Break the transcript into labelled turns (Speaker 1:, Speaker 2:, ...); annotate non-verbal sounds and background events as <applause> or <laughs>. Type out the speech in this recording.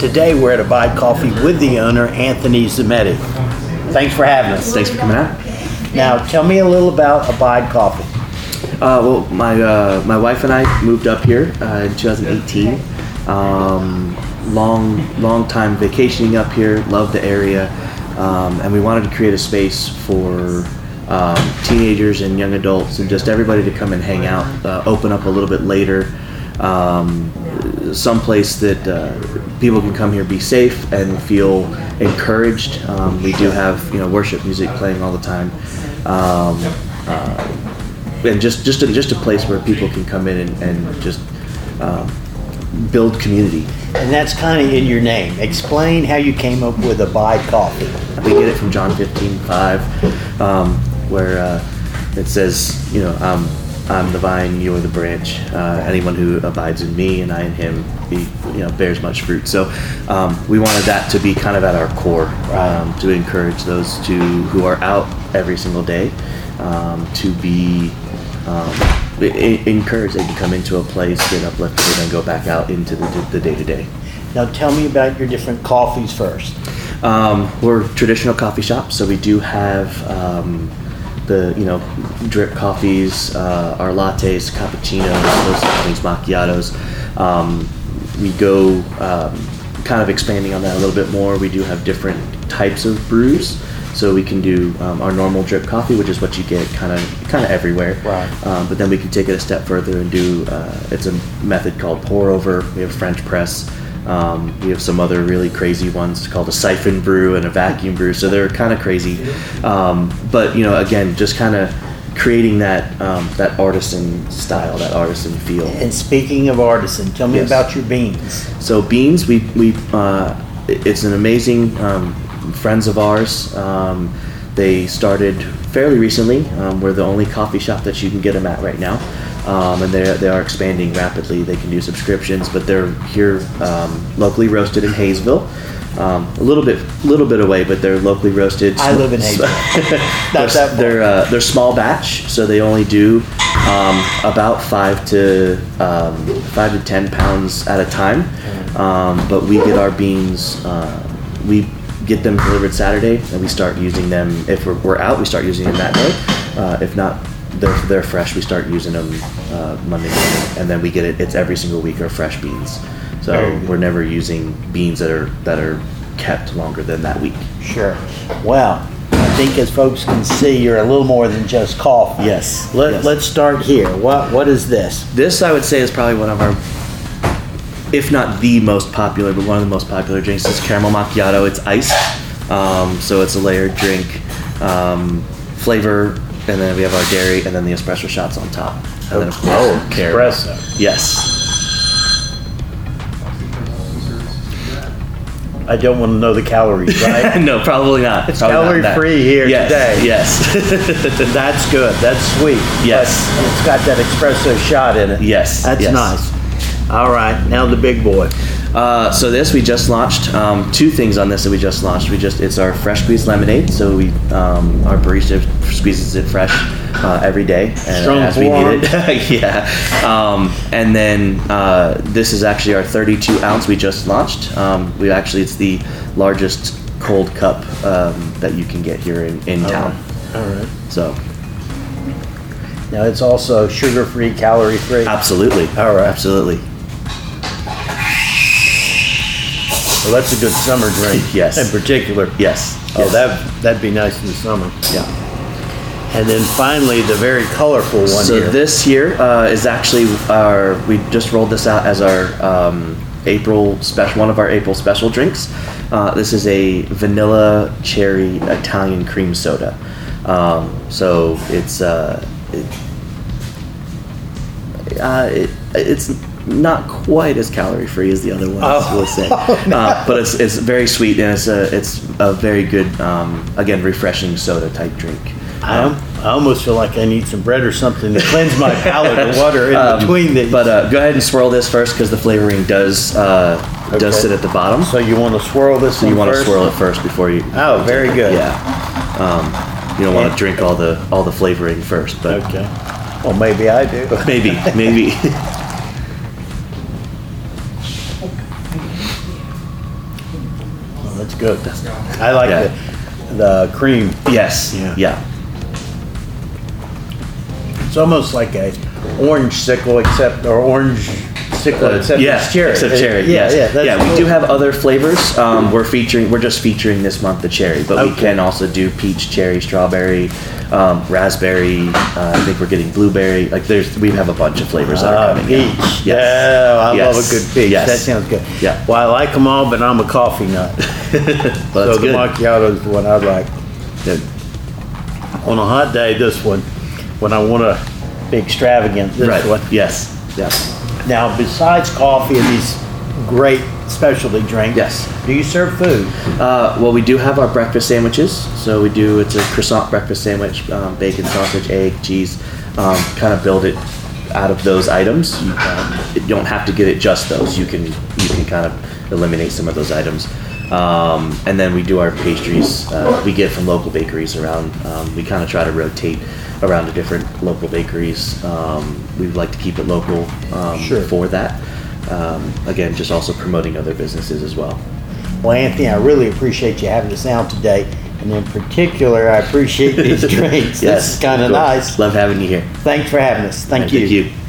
Speaker 1: Today, we're at Abide Coffee with the owner, Anthony Zametti. Thanks for having us.
Speaker 2: Thanks for coming out.
Speaker 1: Now, tell me a little about Abide Coffee.
Speaker 2: Uh, well, my uh, my wife and I moved up here uh, in 2018. Um, long long time vacationing up here. Love the area, um, and we wanted to create a space for um, teenagers and young adults and just everybody to come and hang out. Uh, open up a little bit later. Um, someplace that uh, people can come here, be safe, and feel encouraged. Um, we do have you know worship music playing all the time. Um, and just just a, just a place where people can come in and, and just um, build community.
Speaker 1: And that's kind of in your name. Explain how you came up with Abide Coffee.
Speaker 2: We get it from John 15:5, um, where uh, it says, you know, I'm I'm the vine, you are the branch. Uh, anyone who abides in me and I in him, he you know bears much fruit. So um, we wanted that to be kind of at our core um, to encourage those to who are out every single day um, to be um, e- e- encouraged. They can come into a place, get uplifted, and then go back out into the the day to day.
Speaker 1: Now, tell me about your different coffees first.
Speaker 2: Um, we're traditional coffee shop, so we do have um, the you know drip coffees, uh, our lattes, cappuccinos, those sort of things, macchiatos. Um, we go um, kind of expanding on that a little bit more. We do have different types of brews, so we can do um, our normal drip coffee, which is what you get kind of kind of everywhere.
Speaker 1: Right.
Speaker 2: Um, but then we can take it a step further and do uh, it's a method called pour over. We have French press. Um, we have some other really crazy ones called a siphon brew and a vacuum brew. So they're kind of crazy. Um, but you know, again, just kind of creating that um, that artisan style, that artisan feel.
Speaker 1: And speaking of artisan, tell me
Speaker 2: Yes.
Speaker 1: about your beans.
Speaker 2: So beans, we we uh, it's an amazing um, friends of ours. Um, they started fairly recently. Um, we're the only coffee shop that you can get them at right now, um, and they they are expanding rapidly. They can do subscriptions, but they're here um, locally roasted in Hayesville. Um, a little bit, little bit away, but they're locally roasted.
Speaker 1: I
Speaker 2: <laughs>
Speaker 1: live in Hayesville. Not
Speaker 2: they're,
Speaker 1: that far.
Speaker 2: they're, uh, they're small batch, so they only do um, about five to um, five to ten pounds at a time.
Speaker 1: Mm-hmm.
Speaker 2: Um, but we get our beans, uh, we get them delivered Saturday, and we start using them. If we're, we're out, we start using them that day. Uh, if not, they're, they're fresh. We start using them uh, Monday morning, and then we get it. It's every single week are fresh beans, so
Speaker 1: Very good.
Speaker 2: we're never using beans that are that are kept longer than that week.
Speaker 1: Sure. Well, I think as folks can see, you're a little more than just coffee.
Speaker 2: Yes,
Speaker 1: Let,
Speaker 2: yes.
Speaker 1: Let's start here. What What is this?
Speaker 2: This, I would say, is probably one of our, if not the most popular, but one of the most popular drinks is caramel macchiato. It's iced, um, so it's a layered drink, um, flavor, and then we have our dairy, and then the espresso shots on top. And then, of course,
Speaker 1: Oh,
Speaker 2: caramel. Yes.
Speaker 1: I don't want to know the calories, right?
Speaker 2: <laughs> no, probably not. It's
Speaker 1: calorie free here
Speaker 2: yes.
Speaker 1: today.
Speaker 2: Yes.
Speaker 1: <laughs>
Speaker 2: <laughs>
Speaker 1: That's good. That's sweet.
Speaker 2: Yes.
Speaker 1: But It's got that espresso shot in it.
Speaker 2: Yes,
Speaker 1: That's
Speaker 2: yes.
Speaker 1: nice. All right. Now the big boy.
Speaker 2: Uh, so this we just launched um, two things on this that we just launched. We just it's our fresh squeezed lemonade. So we um, our barista squeezes it fresh uh, every day and
Speaker 1: Strong
Speaker 2: as we need it. <laughs> yeah. Um, and then uh, this is actually our 32 ounce we just launched. Um, we actually it's the largest cold cup um, that you can get here in, in town.
Speaker 1: All right.
Speaker 2: So
Speaker 1: Now it's also sugar free, calorie free.
Speaker 2: absolutely,
Speaker 1: All right.
Speaker 2: absolutely.
Speaker 1: Well, that's a good summer drink.
Speaker 2: <laughs> Yes.
Speaker 1: In particular.
Speaker 2: Yes.
Speaker 1: Oh,
Speaker 2: yes.
Speaker 1: that that'd be nice in the summer.
Speaker 2: yeah.
Speaker 1: And then finally, the very colorful one
Speaker 2: so
Speaker 1: here.
Speaker 2: this here uh, is actually our we just rolled this out as our um, april special one of our april special drinks uh, this is a vanilla cherry italian cream soda um, so it's uh, it, uh, it, it's not quite as calorie free as the other ones,
Speaker 1: <laughs> Oh.
Speaker 2: we'll say. uh, but it's, it's very sweet and it's a, it's a very good, um, again, refreshing soda type drink.
Speaker 1: I, am, I almost feel like I need some bread or something to cleanse
Speaker 2: <laughs>
Speaker 1: my palate of water in
Speaker 2: Um,
Speaker 1: between the.
Speaker 2: But uh, go ahead and swirl this first because the flavoring does uh, does
Speaker 1: Okay.
Speaker 2: sit at the bottom.
Speaker 1: so you want to swirl this?
Speaker 2: So you
Speaker 1: one
Speaker 2: want to
Speaker 1: first?
Speaker 2: swirl it first before you.
Speaker 1: Oh, very good.
Speaker 2: Yeah. Um, you don't want
Speaker 1: Yeah.
Speaker 2: to drink all the all the flavoring first, but
Speaker 1: Okay. Well, maybe I do. <laughs>
Speaker 2: maybe <laughs> maybe.
Speaker 1: good. I like
Speaker 2: Yeah.
Speaker 1: the, the cream.
Speaker 2: Yes.
Speaker 1: Yeah.
Speaker 2: Yeah.
Speaker 1: It's almost like a orange sickle, except or orange sickle,
Speaker 2: Uh,
Speaker 1: except
Speaker 2: yeah,
Speaker 1: it's cherry.
Speaker 2: Except cherry.
Speaker 1: Yeah,
Speaker 2: yes.
Speaker 1: yeah, that's
Speaker 2: yeah. We
Speaker 1: cool.
Speaker 2: do have other flavors. Um, we're featuring. We're just featuring this month the cherry, but we
Speaker 1: Okay.
Speaker 2: can also do peach, cherry, strawberry, um, raspberry. Uh, I think we're getting blueberry. Like there's, we have a bunch of flavors that
Speaker 1: Ah,
Speaker 2: are coming. out.
Speaker 1: peach.
Speaker 2: Yes.
Speaker 1: Yeah, I love
Speaker 2: Yes.
Speaker 1: a good peach.
Speaker 2: Yes.
Speaker 1: That sounds good.
Speaker 2: Yeah.
Speaker 1: Well, I like them all, but I'm a coffee nut.
Speaker 2: Well,
Speaker 1: so
Speaker 2: that's
Speaker 1: the
Speaker 2: good.
Speaker 1: macchiato is the one I like.
Speaker 2: Good.
Speaker 1: On a hot day, this one. When I want to be extravagant, this
Speaker 2: right.
Speaker 1: one.
Speaker 2: Yes. Yes.
Speaker 1: Now, besides coffee and these great specialty drinks,
Speaker 2: Yes.
Speaker 1: do you serve food?
Speaker 2: Uh, well, we do have our breakfast sandwiches. So we do it's a croissant breakfast sandwich, um, bacon, sausage, egg, cheese. Um, kind of build it out of those items. You, um, you don't have to get it just those. You can you can kind of eliminate some of those items. Um, and then we do our pastries uh, we get from local bakeries around. Um, we kind of try to rotate around to different local bakeries. Um, we like to keep it local um,
Speaker 1: Sure.
Speaker 2: for that. Um, again, just also promoting other businesses as well.
Speaker 1: Well, Anthony, I really appreciate you having us out today. And in particular, <laughs> I appreciate these drinks. This is kind of
Speaker 2: cool.
Speaker 1: nice.
Speaker 2: Love having you here.
Speaker 1: Thanks for having us. Thank you.
Speaker 2: Thank you.